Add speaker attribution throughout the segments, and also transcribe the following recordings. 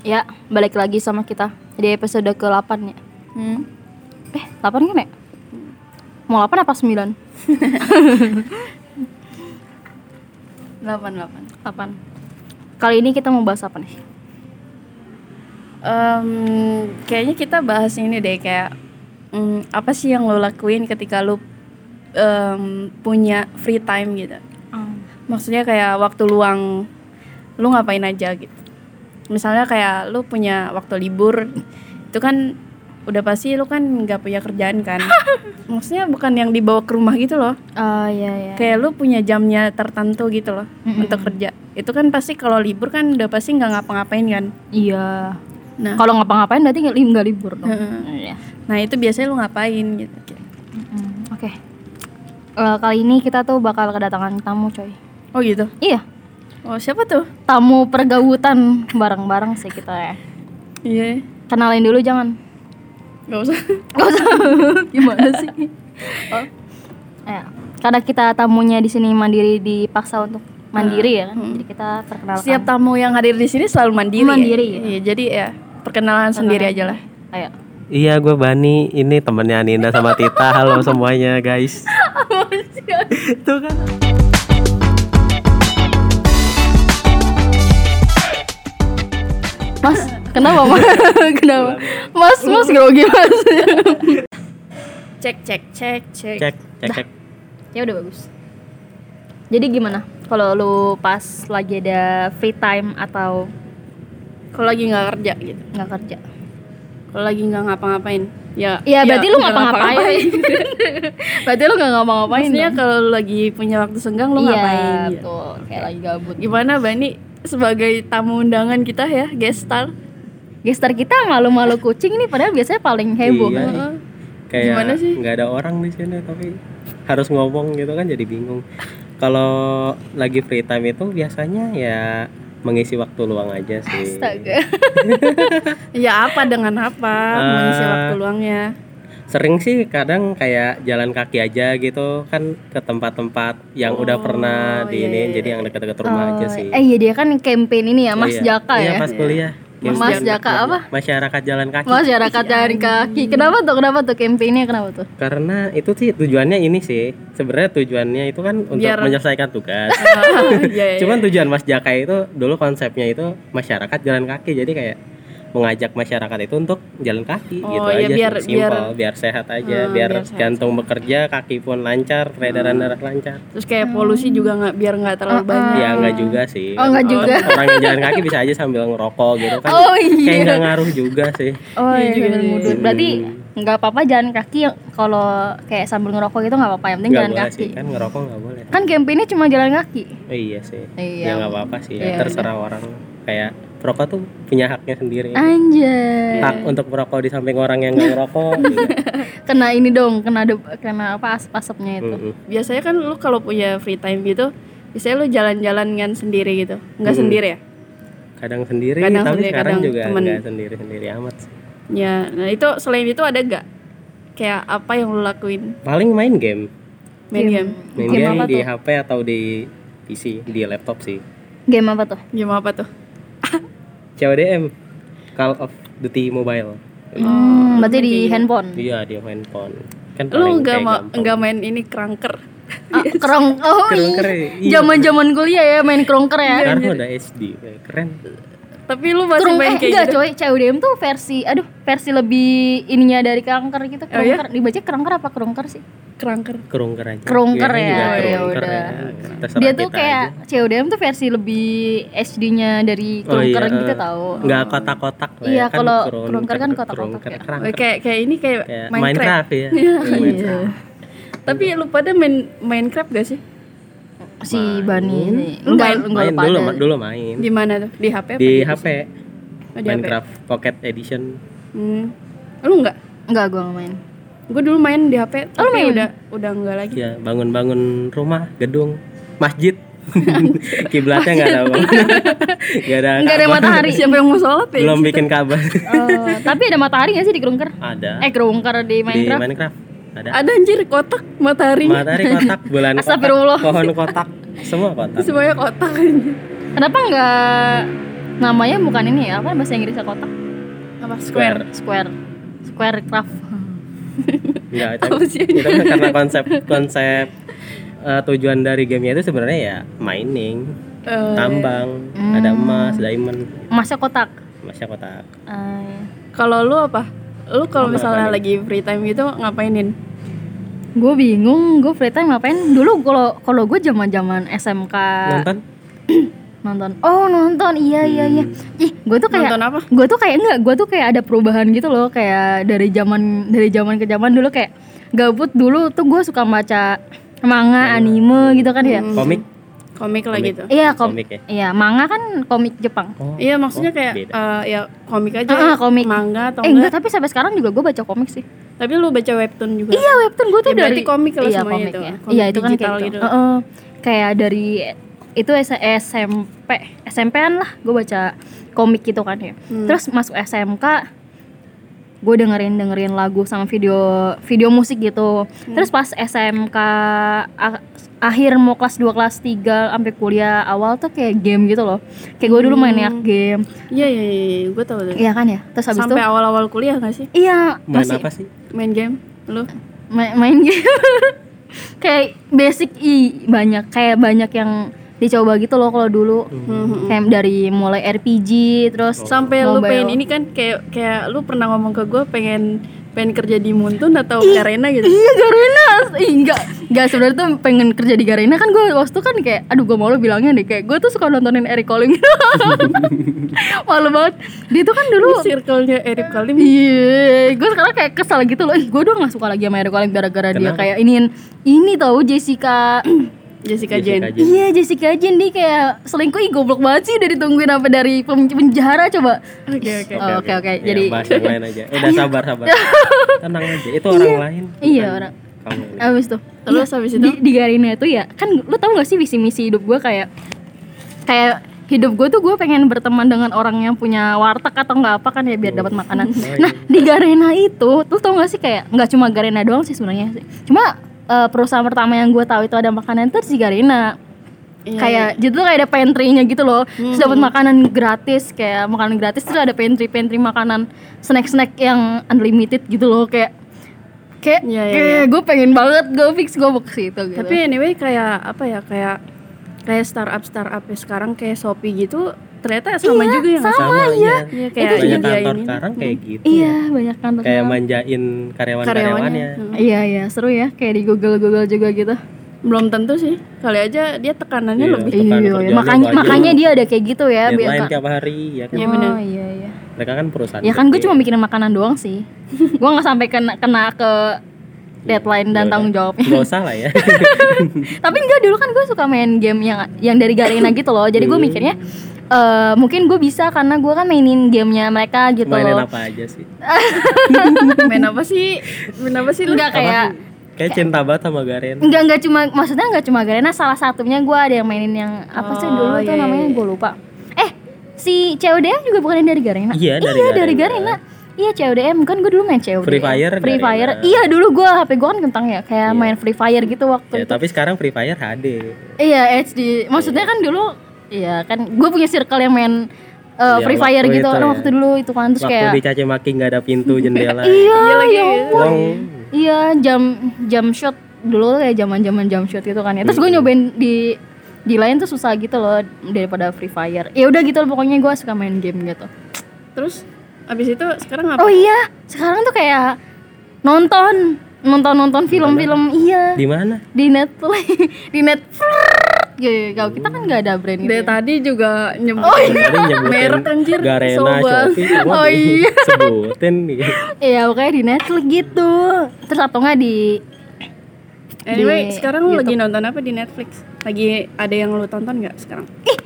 Speaker 1: Ya, balik lagi sama kita di episode ke-8 ya.
Speaker 2: Hmm.
Speaker 1: Eh, 8 kan ya? Mau 8 apa 9?
Speaker 2: 88.
Speaker 1: 8. Kali ini kita mau bahas apa nih?
Speaker 2: Em, kayaknya kita bahas ini deh kayak mm, apa sih yang lo lakuin ketika lo em, punya free time gitu. Maksudnya kayak waktu luang lo ngapain aja gitu. Misalnya kayak lo punya waktu libur itu kan udah pasti lo kan nggak punya kerjaan kan. Maksudnya bukan yang dibawa ke rumah gitu loh.
Speaker 1: Oh iya iya.
Speaker 2: Kayak lu punya jamnya tertentu gitu loh
Speaker 1: Mm-mm.
Speaker 2: untuk kerja. Itu kan pasti kalau libur kan udah pasti nggak ngapa-ngapain kan.
Speaker 1: Iya.
Speaker 2: Nah,
Speaker 1: Kalau ngapa-ngapain berarti nggak nggak libur dong. Iya.
Speaker 2: Heeh. nah itu biasanya lu ngapain gitu.
Speaker 1: Mm-mm. Oke. Eh, kali ini kita tuh bakal kedatangan tamu coy.
Speaker 2: Oh gitu.
Speaker 1: Iya.
Speaker 2: Oh siapa tuh?
Speaker 1: Tamu pergautan bareng-bareng sih kita ya.
Speaker 2: Iya.
Speaker 1: Kenalin dulu jangan.
Speaker 2: Gak usah.
Speaker 1: Gimana sih? Ya, karena kita tamunya di sini mandiri dipaksa untuk mandiri ya kan. Jadi kita perkenalkan.
Speaker 2: Setiap tamu yang hadir di sini selalu mandiri. ya?
Speaker 1: Mandiri,
Speaker 2: Iya. jadi ya perkenalan sendiri aja lah.
Speaker 1: Ayo.
Speaker 3: Iya gue Bani, ini temennya Ninda sama Tita Halo semuanya guys Itu kan
Speaker 1: Mas, kenapa Mas? kenapa? Mas, Mas grogi Mas.
Speaker 2: Cek cek cek cek.
Speaker 3: Cek, cek, cek
Speaker 1: ya udah bagus. Jadi gimana kalau lu pas lagi ada free time atau
Speaker 2: Kalau lagi nggak kerja gitu.
Speaker 1: nggak kerja?
Speaker 2: Kalau lagi nggak ngapa-ngapain. Ya.
Speaker 1: Iya, berarti lu
Speaker 2: nggak
Speaker 1: ngapa-ngapain. berarti lu nggak ngapa-ngapain.
Speaker 2: Maksudnya
Speaker 1: dong.
Speaker 2: kalau lu lagi punya waktu senggang lu
Speaker 1: iya,
Speaker 2: ngapain? gitu.
Speaker 1: betul. Kayak lagi gabut.
Speaker 2: Gimana Bani sebagai tamu undangan kita ya, guest star?
Speaker 1: Gestar kita malu-malu kucing ini padahal biasanya paling heboh. kan.
Speaker 3: Iya.
Speaker 2: Heeh. Gimana
Speaker 3: Kayak
Speaker 2: sih?
Speaker 3: nggak ada orang di sini tapi harus ngomong gitu kan jadi bingung Kalau lagi free time itu biasanya ya mengisi waktu luang aja sih
Speaker 1: Astaga.
Speaker 2: Ya apa dengan apa mengisi
Speaker 3: Ah.
Speaker 2: waktu luangnya?
Speaker 3: Sering sih kadang kayak jalan kaki aja gitu kan ke tempat-tempat yang udah
Speaker 2: Oh,
Speaker 3: pernah di
Speaker 2: iya,
Speaker 3: ini
Speaker 2: iya,
Speaker 3: Jadi yang dekat-dekat rumah aja
Speaker 1: Oh,
Speaker 3: sih
Speaker 1: Eh iya dia kan campaign ini ya, Mas
Speaker 3: Iya.
Speaker 1: Jaka
Speaker 3: Iya,
Speaker 1: ya.
Speaker 3: pas kuliah
Speaker 1: Mas
Speaker 3: Kemudian
Speaker 1: Jaka apa?
Speaker 3: Masyarakat jalan kaki
Speaker 1: Mas Jaka dari kaki. Kenapa tuh? Kenapa tuh campaignnya kenapa tuh?
Speaker 3: Karena itu sih tujuannya ini sih. Sebenarnya tujuannya itu kan untuk
Speaker 2: Biar-
Speaker 3: menyelesaikan tugas.
Speaker 2: Iya, iya.
Speaker 3: Cuman tujuan Mas Jaka itu dulu konsepnya itu masyarakat jalan kaki. Jadi kayak mengajak masyarakat itu untuk jalan kaki
Speaker 2: Oh,
Speaker 3: gitu
Speaker 2: iya,
Speaker 3: aja
Speaker 2: biar-
Speaker 3: biar, simpel, biar, sehat aja,
Speaker 2: Hmm,
Speaker 3: biar,
Speaker 2: biar sehat.
Speaker 3: jantung bekerja, kaki pun lancar, peredaran darah lancar.
Speaker 2: terus kayak polusi juga nggak biar nggak terlalu banyak
Speaker 3: Ya enggak juga sih.
Speaker 1: Oh, nggak juga.
Speaker 3: Orang yang jalan kaki bisa aja sambil ngerokok gitu kan.
Speaker 1: Oh
Speaker 3: Kayak
Speaker 1: iya.
Speaker 3: nggak ngaruh juga sih.
Speaker 1: Oh iya,
Speaker 2: juga
Speaker 1: sambil
Speaker 2: sih.
Speaker 1: mundur. Berarti
Speaker 3: iya,
Speaker 1: nggak apa-apa jalan kaki yang- kalau kayak sambil ngerokok gitu nggak apa-apa. Yang penting
Speaker 3: Nggak
Speaker 1: jalan
Speaker 3: boleh
Speaker 1: kaki.
Speaker 3: sih kan ngerokok nggak boleh.
Speaker 1: Kan campaignnya cuma jalan kaki.
Speaker 3: Oh, iya sih.
Speaker 1: Iya.
Speaker 3: Ya nggak apa-apa sih.
Speaker 1: Iya,
Speaker 3: ya. Terserah orang. Kayak perokok tuh punya haknya sendiri.
Speaker 1: Ah, Anjay.
Speaker 3: Hak untuk merokok di samping orang yang nggak merokok.
Speaker 1: Iya.
Speaker 3: gitu.
Speaker 1: Kena ini dong, kena de- kena apa asap-asapnya itu.
Speaker 3: Mm-mm.
Speaker 2: biasanya kan lu kalau punya free time gitu biasanya lu jalan-jalan kan sendiri gitu nggak
Speaker 3: Hmm.
Speaker 2: sendiri ya
Speaker 3: Kadang sendiri,
Speaker 2: Kadang
Speaker 3: tapi
Speaker 2: sendiri,
Speaker 3: sekarang
Speaker 2: kadang
Speaker 3: juga
Speaker 2: temen.
Speaker 3: nggak sendiri-sendiri amat. sih.
Speaker 2: ya nah itu selain itu ada nggak kayak apa yang lu lakuin
Speaker 3: Paling main game,
Speaker 2: main game
Speaker 3: main
Speaker 1: Game
Speaker 3: game,
Speaker 1: apa
Speaker 3: di
Speaker 1: tuh?
Speaker 3: HP atau di PC, di laptop sih.
Speaker 1: Game apa tuh?
Speaker 2: game apa tuh
Speaker 3: CODM, Call of Duty Mobile.
Speaker 1: Hmm, berarti di handphone.
Speaker 3: Iya dia handphone. Kan
Speaker 2: lu
Speaker 3: paling
Speaker 2: nggak
Speaker 3: kayak
Speaker 2: mau
Speaker 3: gampang.
Speaker 2: nggak main ini kerangker
Speaker 1: Ah, kerong. Oh
Speaker 3: Kerongker,
Speaker 1: iya.
Speaker 3: iya.
Speaker 1: Zaman-zaman kuliah ya main kerongker ya.
Speaker 3: Sekarang udah SD, keren.
Speaker 2: tapi lu masih
Speaker 1: Kurung
Speaker 2: main
Speaker 1: eh
Speaker 2: kayak
Speaker 1: enggak
Speaker 2: gitu
Speaker 1: coy, CUDM tuh versi aduh, versi lebih ininya dari kerangker gitu,
Speaker 2: Oh, iya?
Speaker 1: kerongker. Dibaca kerangker apa kerongker sih?
Speaker 2: kerangker
Speaker 3: Kerongker aja.
Speaker 1: Kerongker
Speaker 3: Iya,
Speaker 1: ya,
Speaker 3: juga
Speaker 1: ya
Speaker 3: kerongker
Speaker 1: udah.
Speaker 3: ya. Terserah
Speaker 1: Dia tuh
Speaker 3: kita
Speaker 1: kayak
Speaker 3: aja.
Speaker 1: CUDM tuh versi lebih SD-nya dari
Speaker 3: Oh
Speaker 1: kerongker
Speaker 3: iya,
Speaker 1: gitu
Speaker 3: eh,
Speaker 1: tahu.
Speaker 3: nggak kotak-kotak lah
Speaker 1: Iya,
Speaker 3: ya. Kan
Speaker 1: kalau
Speaker 3: kerongker-
Speaker 1: kerongker kan kotak-kotak
Speaker 3: kerongker,
Speaker 1: ya.
Speaker 3: kerangker.
Speaker 2: Eh, kayak kayak ini kayak,
Speaker 3: Kayak
Speaker 2: Minecraft.
Speaker 3: Minecraft, ya.
Speaker 2: Iya. tapi lu pada main Minecraft gak sih
Speaker 1: Si Bani ini.
Speaker 2: Lu
Speaker 1: Enggak,
Speaker 2: main-
Speaker 1: enggak
Speaker 3: main
Speaker 1: lupa ada.
Speaker 3: dulu,
Speaker 1: Iya,
Speaker 3: ma- dulu main.
Speaker 2: di mana tuh di HP apa
Speaker 3: Di
Speaker 2: PC?
Speaker 3: HP
Speaker 2: Oh, di HP.
Speaker 3: Minecraft Pocket Edition.
Speaker 2: hmm. lu nggak
Speaker 1: Enggak, gua enggak main.
Speaker 3: Eh,
Speaker 2: gue dulu main di HP
Speaker 1: Oh, lu
Speaker 2: tapi
Speaker 1: main?
Speaker 2: udah udah enggak lagi
Speaker 3: Ya, bangun-bangun rumah, gedung, masjid. Kiblatnya nggak ada bang. Nggak ada.
Speaker 1: Enggak ada
Speaker 3: Ka'bah.
Speaker 1: matahari.
Speaker 2: siapa yang mau sholat ya
Speaker 3: Iya. Belum iya. bikin kabar.
Speaker 1: Oh, tapi ada matahari nggak sih di kerongker?
Speaker 3: ada.
Speaker 1: Eh, kerongker di
Speaker 3: Di
Speaker 1: Minecraft.
Speaker 3: Minecraft ada.
Speaker 2: ada anjir kotak mataharinya
Speaker 3: Matahari kotak, bulan
Speaker 1: Astagfirullah.
Speaker 3: kotak, pohon kotak, semua kotak.
Speaker 2: semuanya kotak anjir
Speaker 1: Kenapa enggak namanya bukan ini ya? Apa bahasa Inggrisnya kotak?
Speaker 2: apa
Speaker 3: Square.
Speaker 2: square
Speaker 1: Square Square craft
Speaker 3: Enggak, itu,
Speaker 2: Apa sih?
Speaker 3: itu kan karena konsep konsep eh, tujuan dari gamenya itu sebenarnya ya mining,
Speaker 2: Eh,
Speaker 3: tambang,
Speaker 1: Hmm.
Speaker 3: ada emas, diamond,
Speaker 1: Emasnya kotak
Speaker 3: masya kotak.
Speaker 1: Eh,
Speaker 2: kalau lu apa lu kalau
Speaker 3: Apa
Speaker 2: misalnya
Speaker 3: ngapain?
Speaker 2: lagi free time gitu ngapainin
Speaker 1: Gue bingung, gue free time ngapain Dulu kalau kalau gue zaman zaman SMK
Speaker 3: Nonton?
Speaker 1: nonton oh nonton iya iya iya
Speaker 3: Hmm.
Speaker 1: ih gue tuh kayak
Speaker 2: nonton apa
Speaker 1: gue tuh kayak enggak gue tuh kayak ada perubahan gitu loh kayak dari zaman dari zaman ke zaman dulu kayak gabut dulu tuh gue suka baca manga anime gitu kan ya
Speaker 2: Hmm.
Speaker 3: Komik?
Speaker 2: komik lah
Speaker 3: Komik.
Speaker 2: gitu
Speaker 1: iya kom
Speaker 3: Komik ya.
Speaker 1: iya manga kan komik Jepang
Speaker 3: Oh,
Speaker 2: iya maksudnya
Speaker 3: oh,
Speaker 2: kayak
Speaker 3: beda.
Speaker 2: eh, ya komik aja
Speaker 1: Ah, ah, komik.
Speaker 2: mangga atau
Speaker 1: eh
Speaker 2: enggak
Speaker 1: enggak tapi sampai sekarang juga gue baca komik sih
Speaker 2: tapi lu baca webtoon juga
Speaker 1: iya webtoon gue tuh
Speaker 2: Ya, berarti
Speaker 1: dari
Speaker 2: komik lah
Speaker 1: iya,
Speaker 2: semuanya
Speaker 1: komik
Speaker 2: itu,
Speaker 1: ya.
Speaker 2: komik
Speaker 1: iya itu kan kayak
Speaker 2: digital
Speaker 1: gitu,
Speaker 2: gitu.
Speaker 1: Heeh. kayak dari itu S- SMP SMP-an lah gue baca komik gitu kan ya
Speaker 2: Hmm.
Speaker 1: terus masuk SMK gue dengerin dengerin lagu sama video video musik gitu
Speaker 2: Hmm.
Speaker 1: terus pas SMK a- akhir mau kelas 2 kelas 3 sampai kuliah awal tuh kayak game gitu loh kayak gue dulu mainnya
Speaker 2: Hmm.
Speaker 1: game
Speaker 2: iya iya iya, iya gue tau tuh
Speaker 1: iya kan ya terus habis itu
Speaker 2: sampai awal-awal kuliah gak sih
Speaker 1: iya
Speaker 3: Main
Speaker 1: masih
Speaker 3: apa sih?
Speaker 2: main game lu
Speaker 3: Oh.
Speaker 1: main, main game kayak basic i banyak kayak banyak yang dicoba gitu loh kalau dulu
Speaker 2: Hmm.
Speaker 1: kayak dari mulai RPG terus
Speaker 2: sampai lu
Speaker 1: Mobile.
Speaker 2: pengen ini kan kayak kayak lu pernah ngomong ke gue pengen pengen kerja di Muntun atau Garena gitu
Speaker 1: iya Garena Ih, enggak enggak sebenarnya tuh pengen kerja di Garena kan gue waktu itu kan kayak aduh gue malu bilangnya deh kayak gue tuh suka nontonin Eric Colling malu banget dia tuh kan dulu
Speaker 2: Ini circle-nya Eric Kalim
Speaker 1: Iya, gue sekarang kayak kesal gitu loh. Ih, gue udah gak suka lagi sama Eric Colling gara-gara dia
Speaker 3: Kenapa?
Speaker 1: kayak iniin ini tahu Jessica
Speaker 2: Jessica
Speaker 3: Jessica
Speaker 2: Jane
Speaker 3: Jane.
Speaker 1: Iya Jessica Jane nih kayak selingkuh ih goblok banget sih udah ditungguin apa dari pem- penjara coba
Speaker 2: oke oke
Speaker 1: Oh, oke, oke.
Speaker 3: Ya,
Speaker 1: Jadi-
Speaker 3: bahas yang lain aja. Udah sabar sabar. Tenang aja. Itu orang lain.
Speaker 1: Iya,
Speaker 3: bukan
Speaker 1: orang- Eh,
Speaker 3: Kamu.
Speaker 1: abis tuh
Speaker 2: Iya. Terus habis itu?
Speaker 1: di, di Garina itu ya kan lu tau gak sih visi misi hidup gue kayak kayak hidup gue tuh gue pengen berteman dengan orang yang punya warteg atau nggak apa kan ya biar
Speaker 2: Oh.
Speaker 1: dapat makanan
Speaker 2: iya.
Speaker 1: nah di Garena itu tuh tau gak sih kayak nggak cuma Garena doang sih sebenarnya sih. cuma eh, perusahaan pertama yang gue tahu itu ada makanan terus di Garena
Speaker 2: Iya, Hmm.
Speaker 1: kayak jadi tuh kayak ada pantry-nya gitu loh terus dapat makanan gratis kayak makanan gratis terus ada pantry pantry makanan snack snack yang unlimited gitu loh kayak kayak,
Speaker 2: Iya, iya,
Speaker 1: kayak gue pengen banget gue fix gue mau ke situ gitu
Speaker 2: tapi anyway kayak apa ya kayak kayak startup startup ya sekarang kayak Shopee gitu ternyata sama
Speaker 1: Iya,
Speaker 2: juga yang
Speaker 3: sama ya.
Speaker 2: Iya, kayak
Speaker 3: Kayak banyak
Speaker 2: nyediain
Speaker 3: kantor
Speaker 2: ini.
Speaker 3: sekarang kayak gitu.
Speaker 1: iya banyak kantor
Speaker 3: Kayak
Speaker 1: kantor.
Speaker 3: manjain karyawan-karyawannya.
Speaker 1: iya iya seru ya kayak di Google Google juga gitu
Speaker 2: belum tentu sih kali aja dia tekanannya
Speaker 3: Iya.
Speaker 2: lebih
Speaker 3: Tekan
Speaker 1: iya
Speaker 3: kerjaannya
Speaker 1: makanya
Speaker 3: banyak.
Speaker 1: makanya dia ada kayak gitu ya biar
Speaker 3: Deadline
Speaker 1: ka-
Speaker 3: tiap hari ya kan.
Speaker 2: Iya, bener.
Speaker 1: oh iya iya
Speaker 3: Mereka kan perusahaan.
Speaker 1: ya kan gue
Speaker 3: gede.
Speaker 1: cuma mikirin makanan doang sih gue nggak sampai kena kena ke deadline dan
Speaker 3: Yaudah.
Speaker 1: tanggung jawabnya
Speaker 3: Gak usah lah ya.
Speaker 1: tapi enggak dulu kan gue suka main game yang yang dari Garena gitu loh jadi gue
Speaker 3: Hmm.
Speaker 1: mikirnya eh, mungkin gue bisa karena gue kan mainin gamenya mereka gitu
Speaker 3: Mainin
Speaker 1: loh Ah,
Speaker 3: apa aja sih?
Speaker 2: main apa sih main apa sih lu
Speaker 1: enggak kayak
Speaker 3: Kayak cinta banget sama Garen.
Speaker 1: enggak enggak cuma maksudnya enggak cuma Garena salah satunya gue ada yang mainin yang apa sih
Speaker 2: Oh,
Speaker 1: dulu
Speaker 2: iya,
Speaker 1: tuh
Speaker 2: iya,
Speaker 1: namanya
Speaker 2: iya.
Speaker 1: gue lupa eh si CODM juga bukan dari Garena
Speaker 3: Iya, dari
Speaker 1: iya dari Garena
Speaker 3: Garena.
Speaker 1: Iya CODM kan gue dulu main CODM
Speaker 3: Free Fire
Speaker 1: Free
Speaker 3: Garena.
Speaker 1: Fire Iya dulu gue HP gue kan kentang ya Kayak
Speaker 3: Iya.
Speaker 1: main Free Fire gitu waktu
Speaker 3: Ya,
Speaker 1: itu
Speaker 3: tapi sekarang Free Fire HD.
Speaker 1: Iya HD. Maksudnya kan dulu iya kan gue punya circle yang main uh,
Speaker 3: Iya,
Speaker 1: Free
Speaker 3: waktu
Speaker 1: Fire gitu.
Speaker 3: itu
Speaker 1: Nah,
Speaker 3: ya.
Speaker 1: waktu dulu itu kan terus
Speaker 3: Waktu
Speaker 1: kayak
Speaker 3: dicaci maki nggak ada pintu
Speaker 1: iya
Speaker 3: jendela.
Speaker 2: Iya
Speaker 1: ya
Speaker 2: lagi, iya.
Speaker 1: ampun.
Speaker 3: Uang
Speaker 1: Iya, jam jam shot dulu kayak zaman-zaman jam shot gitu kan. ya. Terus gue
Speaker 3: Hmm.
Speaker 1: nyobain di di lain tuh susah gitu loh daripada Free Fire. Ya udah gitu loh, pokoknya gue suka main game gitu.
Speaker 2: terus abis itu sekarang
Speaker 1: Oh
Speaker 2: apa
Speaker 1: iya, sekarang tuh kayak nonton nonton-nonton film-film iya
Speaker 3: di mana?
Speaker 1: di Netflix di Netflix gitu. Kalau kita kan nggak ada brand gitu.
Speaker 2: dari
Speaker 1: ya.
Speaker 2: tadi juga nyebut
Speaker 1: iya.
Speaker 3: Tadi nyebutin
Speaker 2: merek anjir kesel
Speaker 3: Garena,
Speaker 2: banget.
Speaker 3: Shopee, cuma
Speaker 1: Oh iya.
Speaker 3: disebutin gitu.
Speaker 1: Iya pokoknya di Netflix gitu Terus atau nggak di
Speaker 2: anyway
Speaker 1: Di
Speaker 2: sekarang lu
Speaker 1: YouTube.
Speaker 2: lagi nonton apa di Netflix lagi ada yang lu tonton nggak sekarang
Speaker 1: Ih,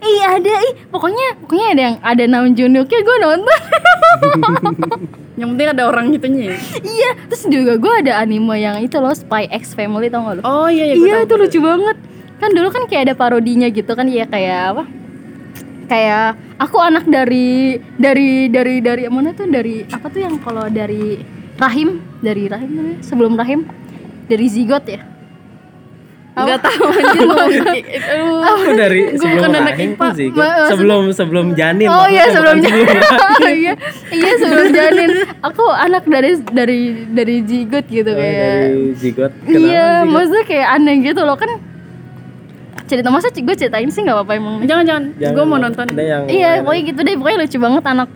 Speaker 1: ih ada ih Pokoknya pokoknya ada yang ada Nam Junhyuknya gue nonton
Speaker 2: yang penting ada orang gitunya ya
Speaker 1: Iya Terus juga gue ada anime yang itu loh Spy X Family tau gak lo?
Speaker 2: oh iya iya gua
Speaker 1: iya
Speaker 2: tahu.
Speaker 1: itu lucu banget Kan dulu kan kayak ada parodinya gitu kan ya kayak apa Kayak aku anak dari dari dari dari mana tuh dari apa tuh yang kalau dari rahim dari rahim namanya? sebelum rahim dari zigot ya
Speaker 2: nggak tahu anjir mau bikin aduh.
Speaker 3: Aku dari
Speaker 1: Gua
Speaker 3: sebelum
Speaker 1: bukan anak
Speaker 3: rahim
Speaker 1: IPA.
Speaker 3: tuh sih,
Speaker 1: Ma- maksud-
Speaker 3: sebelum sebelum janin.
Speaker 1: Oh iya
Speaker 3: maksudnya,
Speaker 1: sebelum
Speaker 3: bukan
Speaker 1: janin. iya iya sebelum janin. Aku anak dari dari dari jigot gitu
Speaker 3: Oh,
Speaker 1: kayak.
Speaker 3: dari zigot. Kenapa
Speaker 1: Iya,
Speaker 3: zigot?
Speaker 1: maksudnya kayak aneh gitu loh kan. Cerita masa gue ceritain sih nggak apa-apa emang.
Speaker 3: Iya,
Speaker 2: jangan jangan
Speaker 3: Jangan
Speaker 2: gue mau nonton
Speaker 3: Ada ya? yang
Speaker 1: Iya, pokoknya gitu deh. Pokoknya lucu banget anak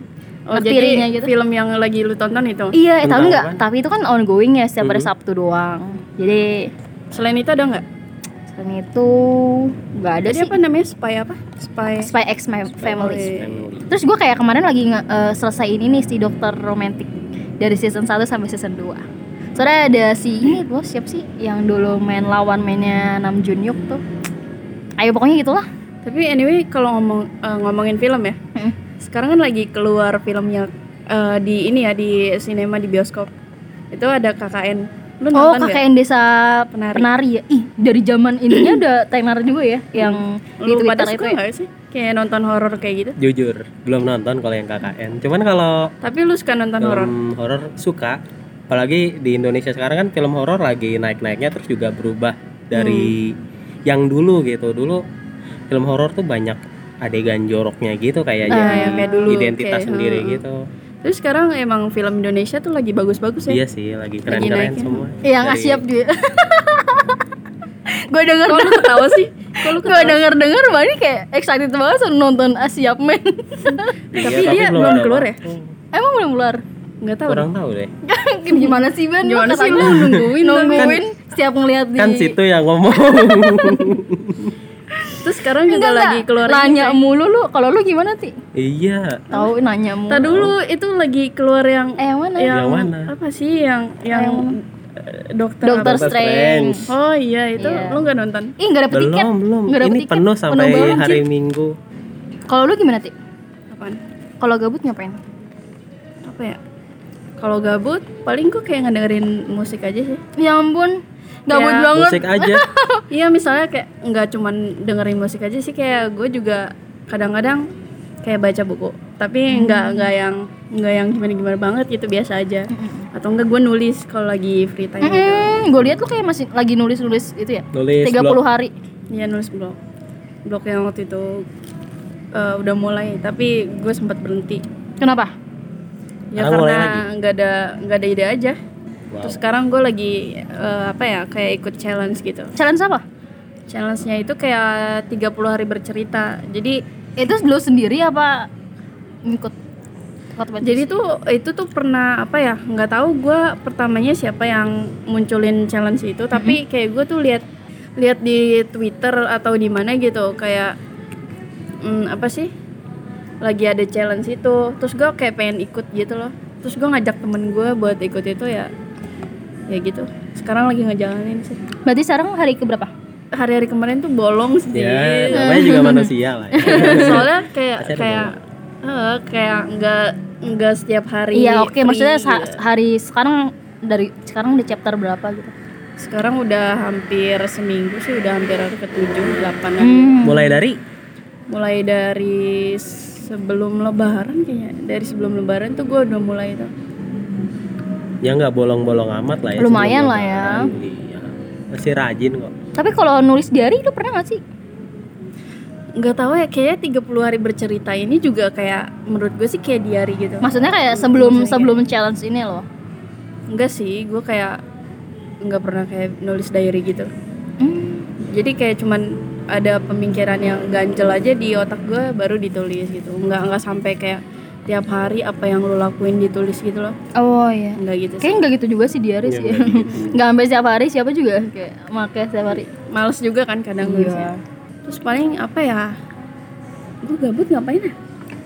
Speaker 2: oh,
Speaker 1: anak tirinya
Speaker 2: jadi
Speaker 1: gitu.
Speaker 2: film yang lagi lu tonton itu
Speaker 1: Iya, eh, tapi
Speaker 3: Tentang
Speaker 1: enggak,
Speaker 3: apa?
Speaker 1: tapi itu kan ongoing ya setiap hari
Speaker 3: Mhm.
Speaker 1: Sabtu doang. Jadi
Speaker 2: selain itu ada nggak
Speaker 1: selain itu nggak ada
Speaker 2: jadi
Speaker 1: sih.
Speaker 2: apa namanya spy apa spy
Speaker 1: Spy X My Family.
Speaker 2: Family.
Speaker 1: Terus gue kayak kemarin lagi nge- eh, selesaiin ini si Dokter Romantic dari season 1 sampai season 2. Soalnya ada si ini bos siap sih yang dulu main lawan mainnya Nam Jun Hyuk tuh. Ayo pokoknya gitulah.
Speaker 2: tapi anyway kalau ngomong eh, ngomongin film ya
Speaker 1: Mm.
Speaker 2: sekarang kan lagi keluar filmnya eh, di ini ya di sinema di bioskop itu ada KKN lu
Speaker 1: Oh,
Speaker 2: nonton nggak?
Speaker 1: kakek desa
Speaker 2: Penari.
Speaker 1: penari ya. Ih, dari zaman ininya udah tenar juga ya yang di
Speaker 2: lu
Speaker 1: Twitter
Speaker 2: pada
Speaker 1: itu
Speaker 2: suka
Speaker 1: ya.
Speaker 2: nggak sih kayak nonton horor kayak gitu
Speaker 3: Jujur, belum nonton kalau yang KKN. Cuman kalau
Speaker 2: tapi lu suka nonton Kan horor
Speaker 3: film horor suka. Apalagi di Indonesia sekarang kan film horor lagi naik-naiknya terus juga berubah dari yang dulu gitu. Dulu film horor tuh banyak adegan joroknya gitu kayak
Speaker 2: Nah,
Speaker 3: jadi
Speaker 2: ya, kayak dulu,
Speaker 3: identitas
Speaker 2: kayak,
Speaker 3: sendiri
Speaker 2: heeh.
Speaker 3: gitu.
Speaker 2: terus sekarang emang film Indonesia tuh lagi bagus-bagus ya
Speaker 3: Iya sih lagi keren-keren
Speaker 2: naikin.
Speaker 3: semua.
Speaker 1: Yang Iya,
Speaker 3: Dari-
Speaker 1: siap dia. gue denger
Speaker 2: Kok lu ketawa sih? Kok lu
Speaker 1: gue
Speaker 2: ketawa?
Speaker 1: denger denger banget kayak excited banget sama nonton Asiap Men.
Speaker 3: Iya,
Speaker 2: Tapi dia belum
Speaker 3: ada
Speaker 2: keluar ya?
Speaker 3: waktu.
Speaker 1: Emang belum keluar?
Speaker 2: Nggak tahu.
Speaker 3: Kurang tahu deh.
Speaker 1: Gimana sih Ben? Lu
Speaker 2: Gimana sih lu
Speaker 1: katanya-
Speaker 2: nungguin nungguin.
Speaker 1: nungguin setiap ngeliat di
Speaker 3: Kan situ yang ngomong.
Speaker 2: Terus sekarang juga lagi keluar
Speaker 1: nanya mulu lu kalau lu gimana ti
Speaker 3: iya.
Speaker 1: tahu nanya mulu
Speaker 2: Tadi dulu itu lagi keluar yang
Speaker 1: eh yang mana
Speaker 2: yang,
Speaker 3: Yang mana?
Speaker 2: apa sih yang yang eh, dokter
Speaker 1: dokter
Speaker 3: Doctor
Speaker 1: Strange
Speaker 3: Strange.
Speaker 2: Oh iya itu
Speaker 1: Iya.
Speaker 2: lu nggak nonton?
Speaker 1: ih nggak dapet tiket
Speaker 3: Belum, belum.
Speaker 1: nggak dapet
Speaker 3: Ini
Speaker 1: tiket
Speaker 3: penuh sampai
Speaker 1: banget,
Speaker 3: hari
Speaker 1: Ci.
Speaker 3: Minggu.
Speaker 1: kalau lu gimana ti
Speaker 2: Apaan?
Speaker 1: kalau gabut ngapain
Speaker 2: Apa ya? Kalau gabut paling gue kayak ngedengerin musik aja sih.
Speaker 1: ya ampun gabut
Speaker 2: Ya.
Speaker 1: banget
Speaker 3: Musik aja.
Speaker 2: Iya misalnya kayak nggak cuman dengerin musik aja sih kayak gue juga kadang-kadang kayak baca buku
Speaker 3: Hmm.
Speaker 2: tapi nggak nggak yang nggak yang gimana gimana banget gitu biasa aja
Speaker 3: Hmm,
Speaker 2: atau enggak gue nulis kalau lagi free time gitu.
Speaker 1: gue lihat lu kayak masih lagi nulis nulis itu ya
Speaker 3: Nulis
Speaker 1: 30
Speaker 3: blog.
Speaker 1: hari
Speaker 3: hmm.
Speaker 2: Iya nulis blog blog yang waktu itu eh, udah mulai tapi gue sempat berhenti
Speaker 1: kenapa
Speaker 2: ya
Speaker 3: Sekarang mulai
Speaker 2: karena nggak ada nggak ada ide aja
Speaker 3: Wow.
Speaker 2: terus sekarang gue lagi eh, apa ya kayak ikut challenge gitu
Speaker 1: challenge apa
Speaker 2: challenge-nya itu kayak 30 hari bercerita jadi
Speaker 1: itu lu sendiri apa ngikut kompetisi?
Speaker 2: Jadi tuh itu tuh pernah apa ya nggak tahu gua pertamanya siapa yang munculin challenge itu tapi kayak gue tuh lihat lihat di Twitter atau di mana gitu kayak hmm, apa sih lagi ada challenge itu terus gua kayak pengen ikut gitu loh terus gua ngajak temen gua buat ikut itu ya ya gitu sekarang lagi ngejalanin sih
Speaker 1: berarti sekarang hari keberapa
Speaker 2: hari-hari kemarin tuh bolong sih
Speaker 3: Ya, namanya juga manusia lah. Ya.
Speaker 2: soalnya kayak
Speaker 3: Pasti ada
Speaker 2: kayak eh, kayak nggak nggak setiap hari
Speaker 1: iya oke
Speaker 2: free
Speaker 1: maksudnya
Speaker 2: gitu.
Speaker 1: sa- hari sekarang dari sekarang di chapter berapa gitu
Speaker 2: sekarang udah hampir seminggu sih udah hampir hari ketujuh delapan
Speaker 1: Hmm.
Speaker 3: Mulai dari
Speaker 2: mulai dari sebelum lebaran kayaknya dari sebelum lebaran tuh gue udah mulai itu
Speaker 3: ya nggak bolong-bolong amat lah ya.
Speaker 1: Lumayan
Speaker 3: sebelum
Speaker 1: lah ya.
Speaker 3: lebaran. Iya. Masih rajin kok.
Speaker 1: Tapi kalau nulis diary lu pernah gak sih?
Speaker 2: nggak tahu ya kayaknya 30 hari bercerita ini juga kayak menurut gue sih kayak diary gitu
Speaker 1: Maksudnya kayak sebelum
Speaker 2: Maksudnya
Speaker 1: sebelum challenge ini loh.
Speaker 2: enggak sih gue kayak nggak pernah kayak nulis diary gitu
Speaker 1: Hmm.
Speaker 2: jadi kayak cuman ada pemikiran yang ganjel aja di otak gue baru ditulis gitu nggak nggak sampai kayak tiap hari apa yang lo lakuin ditulis gitu loh
Speaker 1: Oh iya.
Speaker 2: nggak gitu sih
Speaker 1: Kayaknya nggak gitu juga sih diary
Speaker 3: Iya,
Speaker 1: sih.
Speaker 3: nggak gitu.
Speaker 1: Nggak sampai setiap hari siapa juga kayak makai setiap hari.
Speaker 2: males juga kan kadang nulisnya terus paling apa ya gue gabut ngapain ya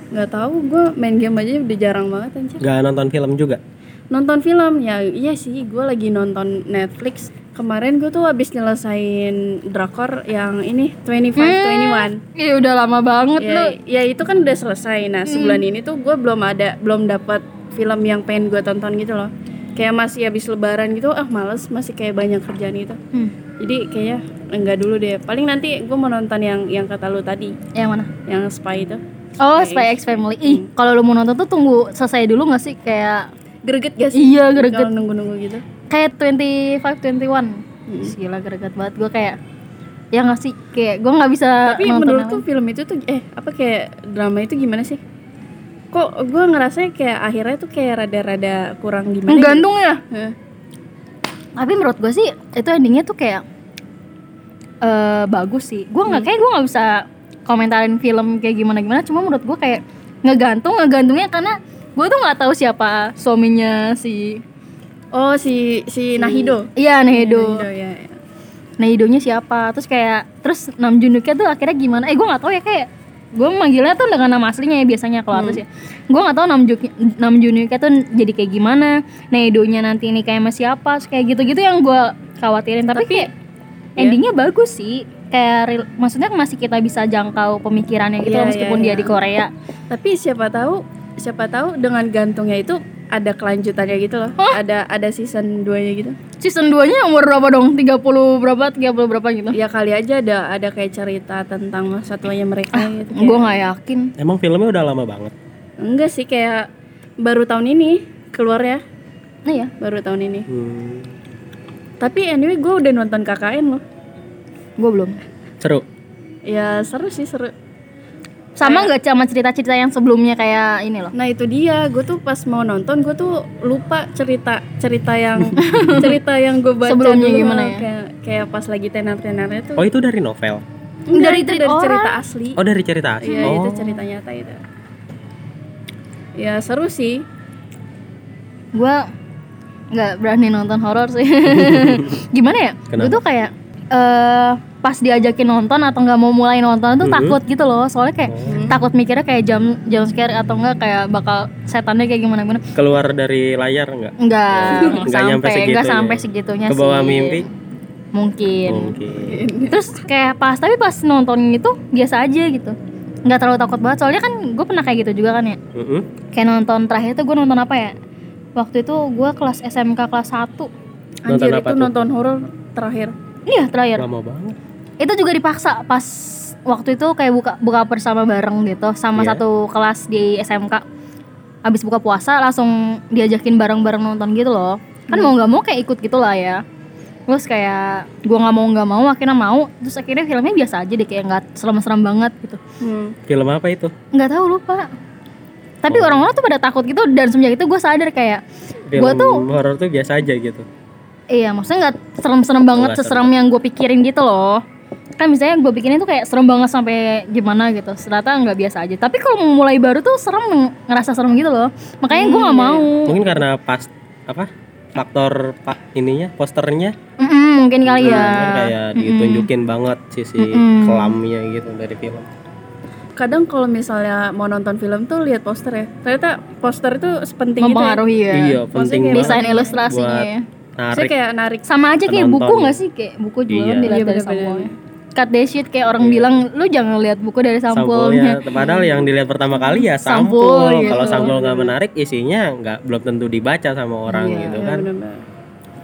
Speaker 2: nggak tahu gue main game aja udah jarang banget anjir
Speaker 3: Nggak nonton film juga.
Speaker 2: nonton film ya iya sih gue lagi nonton Netflix kemarin gue tuh habis nyelesain drakor yang ini 25 21
Speaker 1: Iya udah lama banget
Speaker 2: ya,
Speaker 1: lu.
Speaker 2: ya itu kan udah selesai nah sebulan ini tuh gue belum ada belum dapat film yang pengen gue tonton gitu loh kayak masih habis lebaran gitu ah males masih kayak banyak kerjaan gitu
Speaker 1: Hmm.
Speaker 2: jadi kayaknya enggak dulu deh paling nanti gue mau nonton yang yang kata lu tadi
Speaker 1: Yang mana?
Speaker 2: yang spy itu
Speaker 1: Oh, Spy X Family. Ih, kalau lu mau nonton tuh tunggu selesai dulu nggak sih kayak
Speaker 2: greget gak sih
Speaker 1: Iya, greget.
Speaker 2: kalau nunggu nunggu gitu
Speaker 1: Hmm. kayak 25 21. Gila greget banget gua kayak ya nggak sih kayak gue nggak bisa
Speaker 2: tapi
Speaker 1: nonton
Speaker 2: menurut
Speaker 1: yang
Speaker 2: tuh film itu tuh eh apa kayak drama itu gimana sih kok gue ngerasanya kayak akhirnya tuh kayak rada-rada kurang
Speaker 1: lain.
Speaker 2: gimana
Speaker 1: menggantung ya
Speaker 2: gitu. Heeh.
Speaker 1: tapi menurut gue sih itu endingnya tuh kayak eh bagus sih gue nggak kayak gue nggak bisa komentarin film kayak gimana gimana cuma menurut gue kayak ngegantung ngegantungnya karena gue tuh nggak tahu siapa suaminya si
Speaker 2: oh si si Nahido
Speaker 1: iya Nedo
Speaker 2: Nahido ya, ya.
Speaker 1: Naidonya Nah, siapa terus kayak terus Nam Junuknya tuh akhirnya gimana eh gue nggak tahu ya kayak gue manggilnya tuh dengan nama aslinya ya biasanya kalau atas ya gue nggak tahu Nam, Juk- Nam Junuknya tuh jadi kayak gimana Naidonya nanti ini kayak sama siapa terus kayak gitu-gitu yang gue khawatirin tapi, kayak endingnya bagus sih kayak rel- maksudnya masih kita bisa jangkau pemikirannya gitu
Speaker 2: Iya,
Speaker 1: loh, meskipun
Speaker 2: iya,
Speaker 1: dia
Speaker 2: iya.
Speaker 1: di Korea
Speaker 2: tapi siapa tahu siapa tahu dengan gantungnya itu ada kelanjutannya gitu loh ada ada season 2 nya gitu
Speaker 1: season 2 nya umur berapa dong 30 berapa 30 berapa gitu
Speaker 2: ya kali aja ada ada kayak cerita tentang masa tuanya mereka
Speaker 1: Ah,
Speaker 2: gitu kayak-
Speaker 1: gue nggak yakin
Speaker 3: Emang filmnya udah lama banget.
Speaker 2: enggak sih kayak baru tahun ini keluar ya
Speaker 1: nah ya
Speaker 2: baru tahun ini
Speaker 3: Hmm,
Speaker 2: tapi anyway gue udah nonton KKN loh
Speaker 1: gue belum
Speaker 3: seru.
Speaker 2: ya seru sih seru
Speaker 1: sama nggak sama cerita-cerita yang sebelumnya kayak ini loh
Speaker 2: nah itu dia gue tuh pas mau nonton gue tuh lupa cerita cerita yang cerita yang gue baca
Speaker 1: Sebelumnya
Speaker 2: dulu.
Speaker 1: gimana ya?
Speaker 2: kayak, kayak pas lagi tenar-tenarnya tuh
Speaker 3: Oh itu dari novel.
Speaker 2: Enggak,
Speaker 1: Dari
Speaker 2: itu
Speaker 1: tweet
Speaker 2: dari cerita
Speaker 1: orang.
Speaker 2: asli
Speaker 3: Oh dari cerita.
Speaker 2: Iya
Speaker 3: oh.
Speaker 2: itu cerita nyata itu. Ya seru sih.
Speaker 1: gue nggak berani nonton horor sih gimana ya gue
Speaker 3: Kenapa?
Speaker 1: tuh kayak eh pas diajakin nonton atau nggak mau mulai nonton tuh
Speaker 3: Mhm.
Speaker 1: takut gitu loh soalnya kayak
Speaker 3: Oh.
Speaker 1: takut mikirnya kayak jam jam scare atau enggak kayak bakal setannya kayak gimana gimana
Speaker 3: Keluar dari layar nggak?
Speaker 1: Enggak,
Speaker 3: Oh, nggak nyampe
Speaker 1: sampai, nggak
Speaker 3: segitunya.
Speaker 1: sampai segitunya
Speaker 3: Ke
Speaker 1: Iya
Speaker 3: bawah
Speaker 1: sih. Iya.
Speaker 3: mimpi? Oh.
Speaker 1: Mungkin.
Speaker 3: Mungkin.
Speaker 1: Terus kayak pas tapi pas nonton itu biasa aja gitu. Nggak terlalu takut banget soalnya kan gue pernah kayak gitu juga kan ya.
Speaker 3: Mm-mm.
Speaker 1: Kayak nonton terakhir tuh gue nonton apa ya? Waktu itu gue kelas SMK kelas 1
Speaker 3: Nonton
Speaker 2: Anjir
Speaker 3: apa
Speaker 2: itu
Speaker 3: tuh?
Speaker 2: nonton horor terakhir.
Speaker 1: Iya terakhir.
Speaker 3: Lama banget.
Speaker 1: Itu juga dipaksa pas waktu itu kayak buka buka bersama bareng gitu sama
Speaker 3: Iya.
Speaker 1: satu kelas di SMK. Habis buka puasa langsung diajakin bareng-bareng nonton gitu loh. Kan mau nggak mau kayak ikut gitu lah ya. Terus kayak gua nggak mau nggak mau akhirnya mau. Terus akhirnya filmnya biasa aja deh kayak nggak serem-serem banget gitu.
Speaker 2: Hmm.
Speaker 3: Film apa itu?
Speaker 1: Nggak tahu lupa. Tapi orang-orang tuh pada takut gitu dan semenjak itu gue sadar kayak
Speaker 3: Film
Speaker 1: Gua tuh-
Speaker 3: horor tuh biasa aja gitu.
Speaker 1: Iya, maksudnya nggak serem-serem banget
Speaker 3: Nggak
Speaker 1: seserem yang gue pikirin gitu loh. Kan misalnya gue pikirin tuh kayak serem banget sampai gimana gitu. Ternyata nggak biasa aja. Tapi kalau mau mulai baru tuh serem ngerasa serem gitu loh. Makanya gue nggak mau.
Speaker 3: Hmm, iya, Mungkin karena pas apa? Faktor pak ininya, posternya
Speaker 1: Mm-mm, mungkin kali ya. Gitu
Speaker 3: Hmm, kan kayak ditunjukin banget sisi
Speaker 1: Mm-mm.
Speaker 3: kelamnya gitu dari film.
Speaker 2: Kadang kalau misalnya mau nonton film tuh lihat poster ya. Ternyata poster itu sepenting itu. Ya.
Speaker 1: Mempengaruhi ya.
Speaker 3: Iya, penting
Speaker 2: kayak
Speaker 3: banget
Speaker 1: Desain ilustrasinya.
Speaker 3: buat
Speaker 1: ya.
Speaker 2: Saya
Speaker 3: narik.
Speaker 2: kayak narik.
Speaker 3: Gitu
Speaker 1: Sama aja kayak
Speaker 3: penonton.
Speaker 1: buku nggak sih? Kayak buku juga
Speaker 3: Iya.
Speaker 1: kan dilihat
Speaker 2: Iya,
Speaker 1: dari
Speaker 2: bener-bener.
Speaker 1: sampulnya. Cut the shit kayak orang bilang lu jangan lihat buku dari sampulnya.
Speaker 3: sampulnya padahal yang dilihat pertama kali ya sampul,
Speaker 1: Sampul, gitu.
Speaker 3: kalau sampul nggak menarik isinya nggak belum tentu dibaca sama orang
Speaker 1: Iya.
Speaker 3: gitu
Speaker 2: Ya,
Speaker 3: kan
Speaker 2: bener-bener.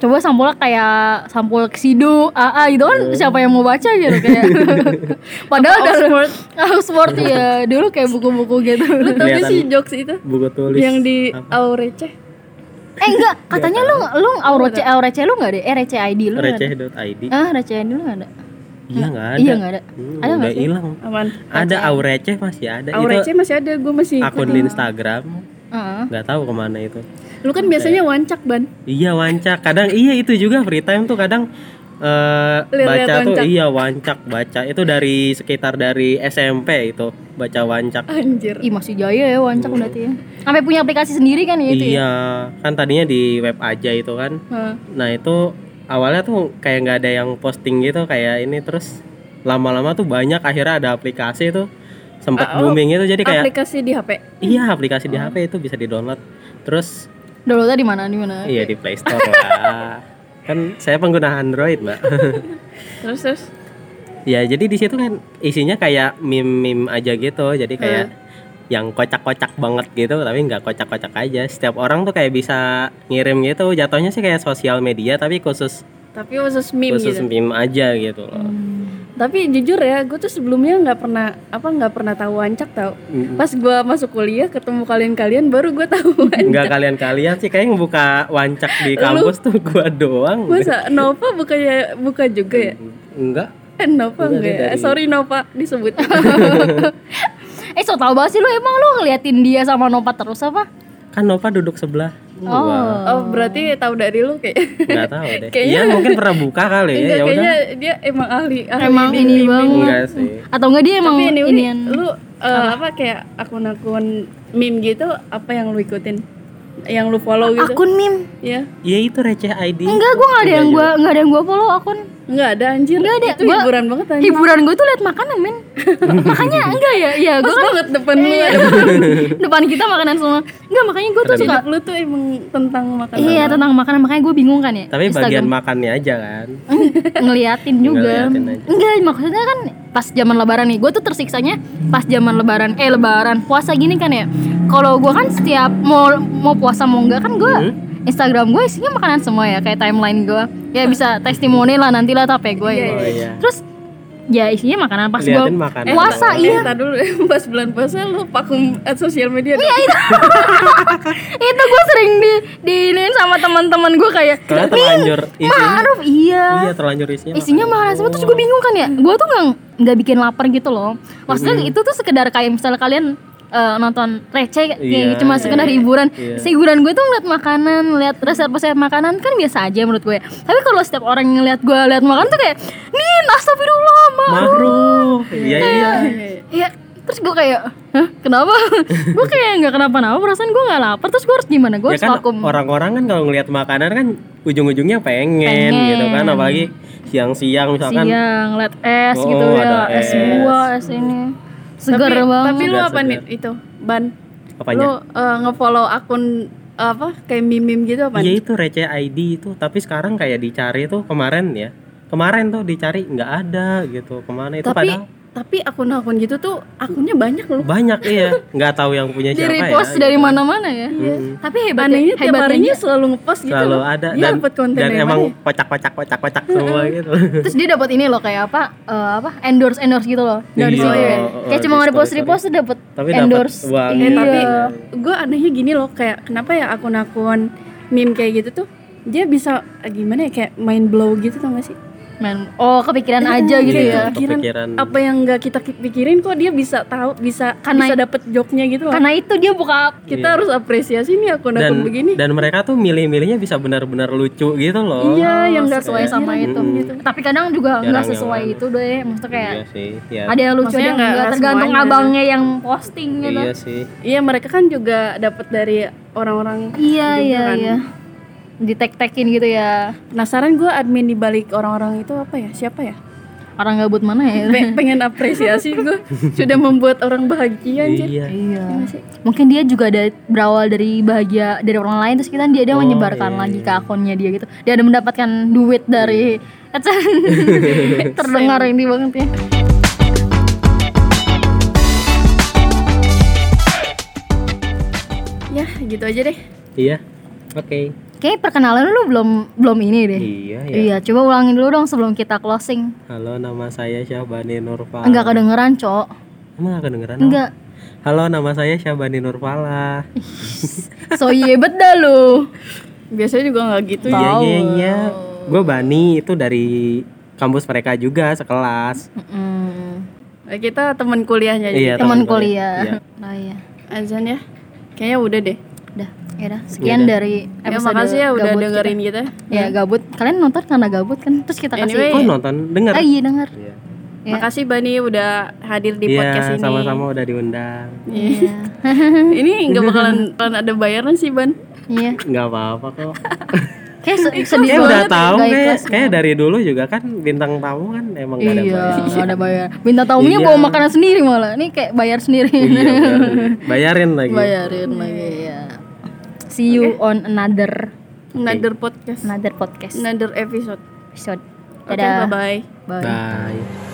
Speaker 1: Coba sampulnya kayak sampul Xido, AA gitu kan siapa yang mau baca gitu kayak. Padahal udah
Speaker 2: Oxford
Speaker 1: Oxford ya dulu kayak buku-buku gitu.
Speaker 2: lu tau gak
Speaker 3: Kelihatan.
Speaker 2: sih jokes itu
Speaker 3: buku tulis
Speaker 2: yang di
Speaker 3: apa?
Speaker 2: Aurece.
Speaker 1: eh enggak, katanya lu lu aurece aurece lu enggak deh? Eh receh ID lu enggak ada?
Speaker 3: receh.id
Speaker 1: Ah, receh ID lu enggak ada?
Speaker 3: iya nggak ada
Speaker 1: Iya enggak ada.
Speaker 3: Hmm,
Speaker 1: Ada nggak
Speaker 3: udah
Speaker 1: sih?
Speaker 3: hilang
Speaker 2: Aman.
Speaker 3: ada aurece masih ada
Speaker 2: Aurece
Speaker 3: itu
Speaker 2: masih ada, gue masih ikut.
Speaker 3: akun di Instagram
Speaker 1: Heeh.
Speaker 3: nggak tahu kemana itu
Speaker 2: Lu kan biasanya wancak ban.
Speaker 3: iya wancak kadang iya itu juga free time tuh kadang eh,
Speaker 2: Lihat-lihat
Speaker 3: baca tuh
Speaker 2: wancak.
Speaker 3: iya wancak baca itu dari sekitar dari SMP itu baca wancak
Speaker 2: Anjir.
Speaker 3: Iya.
Speaker 1: Ih, masih jaya ya wancak
Speaker 3: Hmm.
Speaker 1: berarti ya. Sampai punya aplikasi sendiri kan ya itu. ya?
Speaker 3: iya kan tadinya di web aja itu kan
Speaker 2: Hah.
Speaker 3: Nah itu awalnya tuh kayak nggak ada yang posting gitu kayak ini terus lama-lama tuh banyak akhirnya ada aplikasi itu sempet
Speaker 2: Ah, oh,
Speaker 3: booming itu jadi kayak
Speaker 2: Aplikasi Oh. di HP.
Speaker 3: iya aplikasi di HP itu bisa di download terus
Speaker 1: Downloadnya di mana? Di mana?
Speaker 2: Oh,
Speaker 3: iya di Play Store lah kan saya pengguna Android mbak
Speaker 2: Terus terus.
Speaker 3: ya jadi di situ kan isinya kayak meme-meme aja gitu jadi kayak
Speaker 2: Hmm.
Speaker 3: yang kocak-kocak banget gitu tapi nggak kocak-kocak aja setiap orang tuh kayak bisa ngirim gitu jatuhnya sih kayak sosial media tapi khusus
Speaker 2: Tapi khusus meme
Speaker 3: khusus
Speaker 2: gitu. Hmm.
Speaker 3: meme aja gitu loh
Speaker 1: Hmm.
Speaker 2: Tapi jujur ya, gue tuh sebelumnya nggak pernah apa nggak pernah tahu wancak tau.
Speaker 3: Mm-mm.
Speaker 2: Pas gue masuk kuliah ketemu kalian-kalian baru gue tahu.
Speaker 3: Enggak kalian-kalian sih kayaknya buka wancak di kampus tuh gua doang.
Speaker 2: Masa Nova bukannya buka juga ya?
Speaker 3: Enggak.
Speaker 2: Nova
Speaker 3: Enggak,
Speaker 2: enggak ya?
Speaker 3: dari-
Speaker 2: Sorry Nova disebut.
Speaker 1: Oh. Eh so tau banget sih lu emang lu ngeliatin dia sama Nopa terus apa?
Speaker 3: Kan Nova duduk sebelah. gua.
Speaker 1: Oh.
Speaker 2: oh, berarti tahu dari lu kayak
Speaker 3: Nggak tahu deh. Iya
Speaker 2: Kayaknya-
Speaker 3: mungkin pernah buka kali ya.
Speaker 2: enggak
Speaker 3: Ya udah.
Speaker 2: kayaknya dia emang ahli, ahli
Speaker 1: Emang
Speaker 2: di
Speaker 1: ini
Speaker 2: bimbing.
Speaker 1: banget.
Speaker 3: Enggak sih.
Speaker 1: Atau enggak dia emang
Speaker 2: Tapi ini
Speaker 1: inian?
Speaker 2: lu eh, apa? kayak akun-akun meme gitu apa yang lu ikutin? Yang lu follow gitu?
Speaker 1: Akun meme.
Speaker 2: Iya.
Speaker 3: Iya itu receh ID.
Speaker 1: Enggak, gua enggak ada yang gua enggak ada yang gua follow akun.
Speaker 2: Enggak ada anjir.
Speaker 1: Nggak ada,
Speaker 2: Itu
Speaker 1: gua-
Speaker 2: hiburan banget anjir.
Speaker 1: Hiburan gua tuh liat makanan, men. makanya enggak ya? Iya,
Speaker 2: Pas
Speaker 1: gua kan
Speaker 2: banget depan lu.
Speaker 1: Iya. depan kita makanan semua. Enggak, makanya gua tuh
Speaker 3: Ada
Speaker 1: suka
Speaker 2: Hidup lu tuh emang tentang makanan.
Speaker 1: Iya, tentang makanan makanya gua bingung kan ya.
Speaker 3: Tapi bagian makannya aja kan.
Speaker 1: ngeliatin juga
Speaker 3: Ngeliatin aja.
Speaker 1: enggak maksudnya kan pas zaman lebaran nih gue tuh tersiksanya pas zaman lebaran eh lebaran puasa gini kan ya kalau gue kan setiap mau mau puasa mau enggak kan gue
Speaker 3: Hmm?
Speaker 1: Instagram gue isinya makanan semua ya kayak timeline gue ya bisa testimoni lah nanti lah tape gue ya.
Speaker 2: Iya,
Speaker 3: Oh iya.
Speaker 1: terus ya isinya makanan pas gue
Speaker 3: Liatin makanan.
Speaker 1: puasa
Speaker 2: Eh,
Speaker 1: iya
Speaker 2: tar dulu pas bulan puasa lu pakum at sosial media. dong.
Speaker 1: iya.
Speaker 2: Iya,
Speaker 1: itu gue sering di diinin sama teman-teman gue kayak
Speaker 3: Karena terlanjur isinya.
Speaker 1: Ma'ruf iya
Speaker 3: Iya Oh. terlanjur isinya.
Speaker 1: isinya makanan semua terus gue bingung kan ya gue tuh nggak nggak bikin lapar gitu loh maksudnya itu tuh sekedar kayak misalnya kalian eh, nonton receh kayak
Speaker 3: Iya.
Speaker 1: cuma sekedar hiburan
Speaker 3: Iya.
Speaker 1: Si hiburan gue tuh ngeliat makanan lihat resep-resep makanan kan biasa aja menurut gue tapi kalau setiap orang ngeliat gue lihat makanan tuh kayak nih astagfirullah ma
Speaker 3: Ma'ruf. Iya iya.
Speaker 1: ya terus gue kayak hah kenapa gue kayak nggak kenapa-napa perasaan gue nggak lapar terus gue harus gimana gue
Speaker 3: Ya
Speaker 1: harus
Speaker 3: kan
Speaker 1: vakum
Speaker 3: orang-orang kan kalau ngelihat makanan kan ujung-ujungnya pengen,
Speaker 1: Pengen.
Speaker 3: gitu kan apalagi siang-siang misalkan
Speaker 1: siang lihat es
Speaker 3: Oh,
Speaker 1: gitu ya
Speaker 3: ada
Speaker 1: es
Speaker 3: es.
Speaker 1: buah es ini segar
Speaker 2: tapi,
Speaker 1: banget
Speaker 2: Tapi lu
Speaker 3: Segar,
Speaker 2: apa
Speaker 3: segar.
Speaker 2: nih itu? Ban.
Speaker 3: apanya?
Speaker 2: Lu eh, ngefollow akun apa kayak meme-meme gitu apa?
Speaker 3: Iya itu receh ID itu, tapi sekarang kayak dicari tuh kemarin ya. Kemarin tuh dicari nggak ada gitu. Kemana itu
Speaker 2: tapi
Speaker 3: padahal
Speaker 2: tapi akun-akun gitu tuh akunnya banyak loh.
Speaker 3: banyak iya, nggak tahu yang punya
Speaker 1: di
Speaker 3: siapa
Speaker 1: repost
Speaker 3: ya.
Speaker 1: dari mana-mana ya.
Speaker 2: Iya.
Speaker 3: Mm-mm.
Speaker 1: Tapi hebat
Speaker 2: Anehnya tiap
Speaker 1: hebatnya
Speaker 2: harinya Iya. selalu ngepost gitu
Speaker 3: Selalu
Speaker 2: loh.
Speaker 3: ada
Speaker 2: Dia
Speaker 3: dan
Speaker 2: dapat konten
Speaker 3: dan
Speaker 2: dari
Speaker 3: emang
Speaker 2: mana?
Speaker 3: kocak-kocak kocak-kocak semua gitu.
Speaker 1: terus dia dapat ini loh kayak apa eh, apa endorse endorse gitu loh dari
Speaker 3: Iya,
Speaker 1: situ ya.
Speaker 3: oh, oh,
Speaker 1: kayak
Speaker 3: di
Speaker 1: cuma
Speaker 3: story,
Speaker 1: nge-repost
Speaker 3: story.
Speaker 1: repost tuh dapat
Speaker 3: Tapi dapat
Speaker 1: endorse.
Speaker 3: uang.
Speaker 2: Eh,
Speaker 1: Iya.
Speaker 2: tapi gue anehnya gini loh kayak kenapa ya akun-akun meme kayak gitu tuh dia bisa eh, gimana ya kayak mind blow gitu tau gak sih?
Speaker 1: Men, oh kepikiran aja gitu ya.
Speaker 3: Iya,
Speaker 2: Pikiran,
Speaker 3: kepikiran.
Speaker 2: apa yang nggak kita ki- pikirin kok dia bisa tahu bisa
Speaker 1: Karena-
Speaker 2: bisa dapet joknya gitu loh.
Speaker 1: Karena itu dia buka
Speaker 2: kita harus apresiasi nih
Speaker 3: Iya. Dan
Speaker 2: akun-akun begini.
Speaker 3: dan mereka tuh milih-milihnya bisa benar-benar lucu gitu loh.
Speaker 2: iya, yang nggak
Speaker 1: sesuai
Speaker 2: kepikiran.
Speaker 1: sama itu
Speaker 3: Mm-mm.
Speaker 1: gitu. Tapi kadang juga
Speaker 3: Jarang
Speaker 1: nggak
Speaker 3: yang
Speaker 1: sesuai
Speaker 3: ada.
Speaker 1: itu deh. Maksudnya kayak
Speaker 3: Iya sih, iya.
Speaker 1: ada yang lucu
Speaker 2: Maksudnya
Speaker 1: yang
Speaker 2: nggak-
Speaker 1: nggak
Speaker 2: nggak
Speaker 1: tergantung
Speaker 2: semuanya.
Speaker 1: abangnya yang posting gitu.
Speaker 3: Iya sih.
Speaker 2: Iya, mereka kan juga dapat dari orang-orang
Speaker 1: Iya
Speaker 2: Gitu
Speaker 1: iya
Speaker 2: kan.
Speaker 1: iya. Ditek-tekin gitu ya.
Speaker 2: penasaran gue admin di balik orang-orang itu apa ya? Siapa ya?
Speaker 1: Orang gabut mana ya?
Speaker 2: Pe- pengen apresiasi gue sudah membuat orang bahagia anjir.
Speaker 3: Iya.
Speaker 1: Iya.
Speaker 2: Iya nggak sih?
Speaker 1: mungkin dia juga ada berawal dari bahagia dari orang lain terus kita dia dia
Speaker 3: Oh,
Speaker 1: menyebarkan
Speaker 3: iya,
Speaker 1: lagi
Speaker 3: iya. Iya.
Speaker 1: ke akunnya dia gitu dia ada mendapatkan duit dari terdengar ini banget ya
Speaker 2: Ya, gitu aja deh.
Speaker 3: Iya. Oke.
Speaker 1: Kayaknya perkenalan lu belum belum ini deh
Speaker 3: Iya, ya.
Speaker 1: iya coba ulangin dulu dong sebelum kita closing
Speaker 3: Halo, nama saya Syahbani Nurfala.
Speaker 1: enggak kedengeran cok
Speaker 3: Emang nggak kedengeran? Om?
Speaker 1: enggak
Speaker 3: Halo, nama saya Syahbani Nurfala.
Speaker 1: so yebet dah lu
Speaker 2: Biasanya juga nggak gitu
Speaker 3: Iya,
Speaker 2: ya.
Speaker 3: iya, iya. Gue Bani itu dari kampus mereka juga sekelas.
Speaker 1: Mm-mm.
Speaker 2: Nah, Kita teman kuliahnya aja.
Speaker 3: Iya,
Speaker 1: teman
Speaker 3: teman kuliah.
Speaker 1: kuliah oh iya
Speaker 2: Azan ya. Kayaknya udah deh.
Speaker 1: udah ya udah sekian
Speaker 3: Udah.
Speaker 1: dari
Speaker 2: Ya,
Speaker 1: episode
Speaker 2: makasih ya udah
Speaker 1: gabut kita.
Speaker 2: dengerin kita.
Speaker 1: ya gabut kalian nonton karena gabut kan terus kita kasih
Speaker 2: Anyway,
Speaker 3: Oh, nonton, denger.
Speaker 1: Ah, iya denger
Speaker 3: Iya.
Speaker 1: Ya.
Speaker 2: Makasih Bani udah hadir di podcast
Speaker 3: Iya,
Speaker 2: ini.
Speaker 3: sama-sama udah diundang.
Speaker 1: iya
Speaker 2: ini nggak bakalan, bakalan ada bayaran sih Ban.
Speaker 1: iya
Speaker 3: Nggak apa-apa kok.
Speaker 1: kayak se- sedih
Speaker 3: Kayak udah
Speaker 1: banget ya,
Speaker 3: tahu
Speaker 1: nggak
Speaker 3: kayak
Speaker 1: ikhlas. gitu.
Speaker 3: kayak dari dulu juga kan bintang tamu kan emang nggak ada
Speaker 1: iya
Speaker 3: bayar.
Speaker 1: nggak ada bayar bintang tamunya
Speaker 3: Iya.
Speaker 1: bawa makanan sendiri malah ini kayak bayar sendiri
Speaker 3: Iya, bayarin. bayarin lagi.
Speaker 1: bayarin lagi ya see you on another
Speaker 2: Another podcast,
Speaker 1: another podcast
Speaker 2: another episode.
Speaker 1: episode
Speaker 2: Oke,
Speaker 1: dadah
Speaker 2: bye-bye.
Speaker 1: bye
Speaker 3: Bye.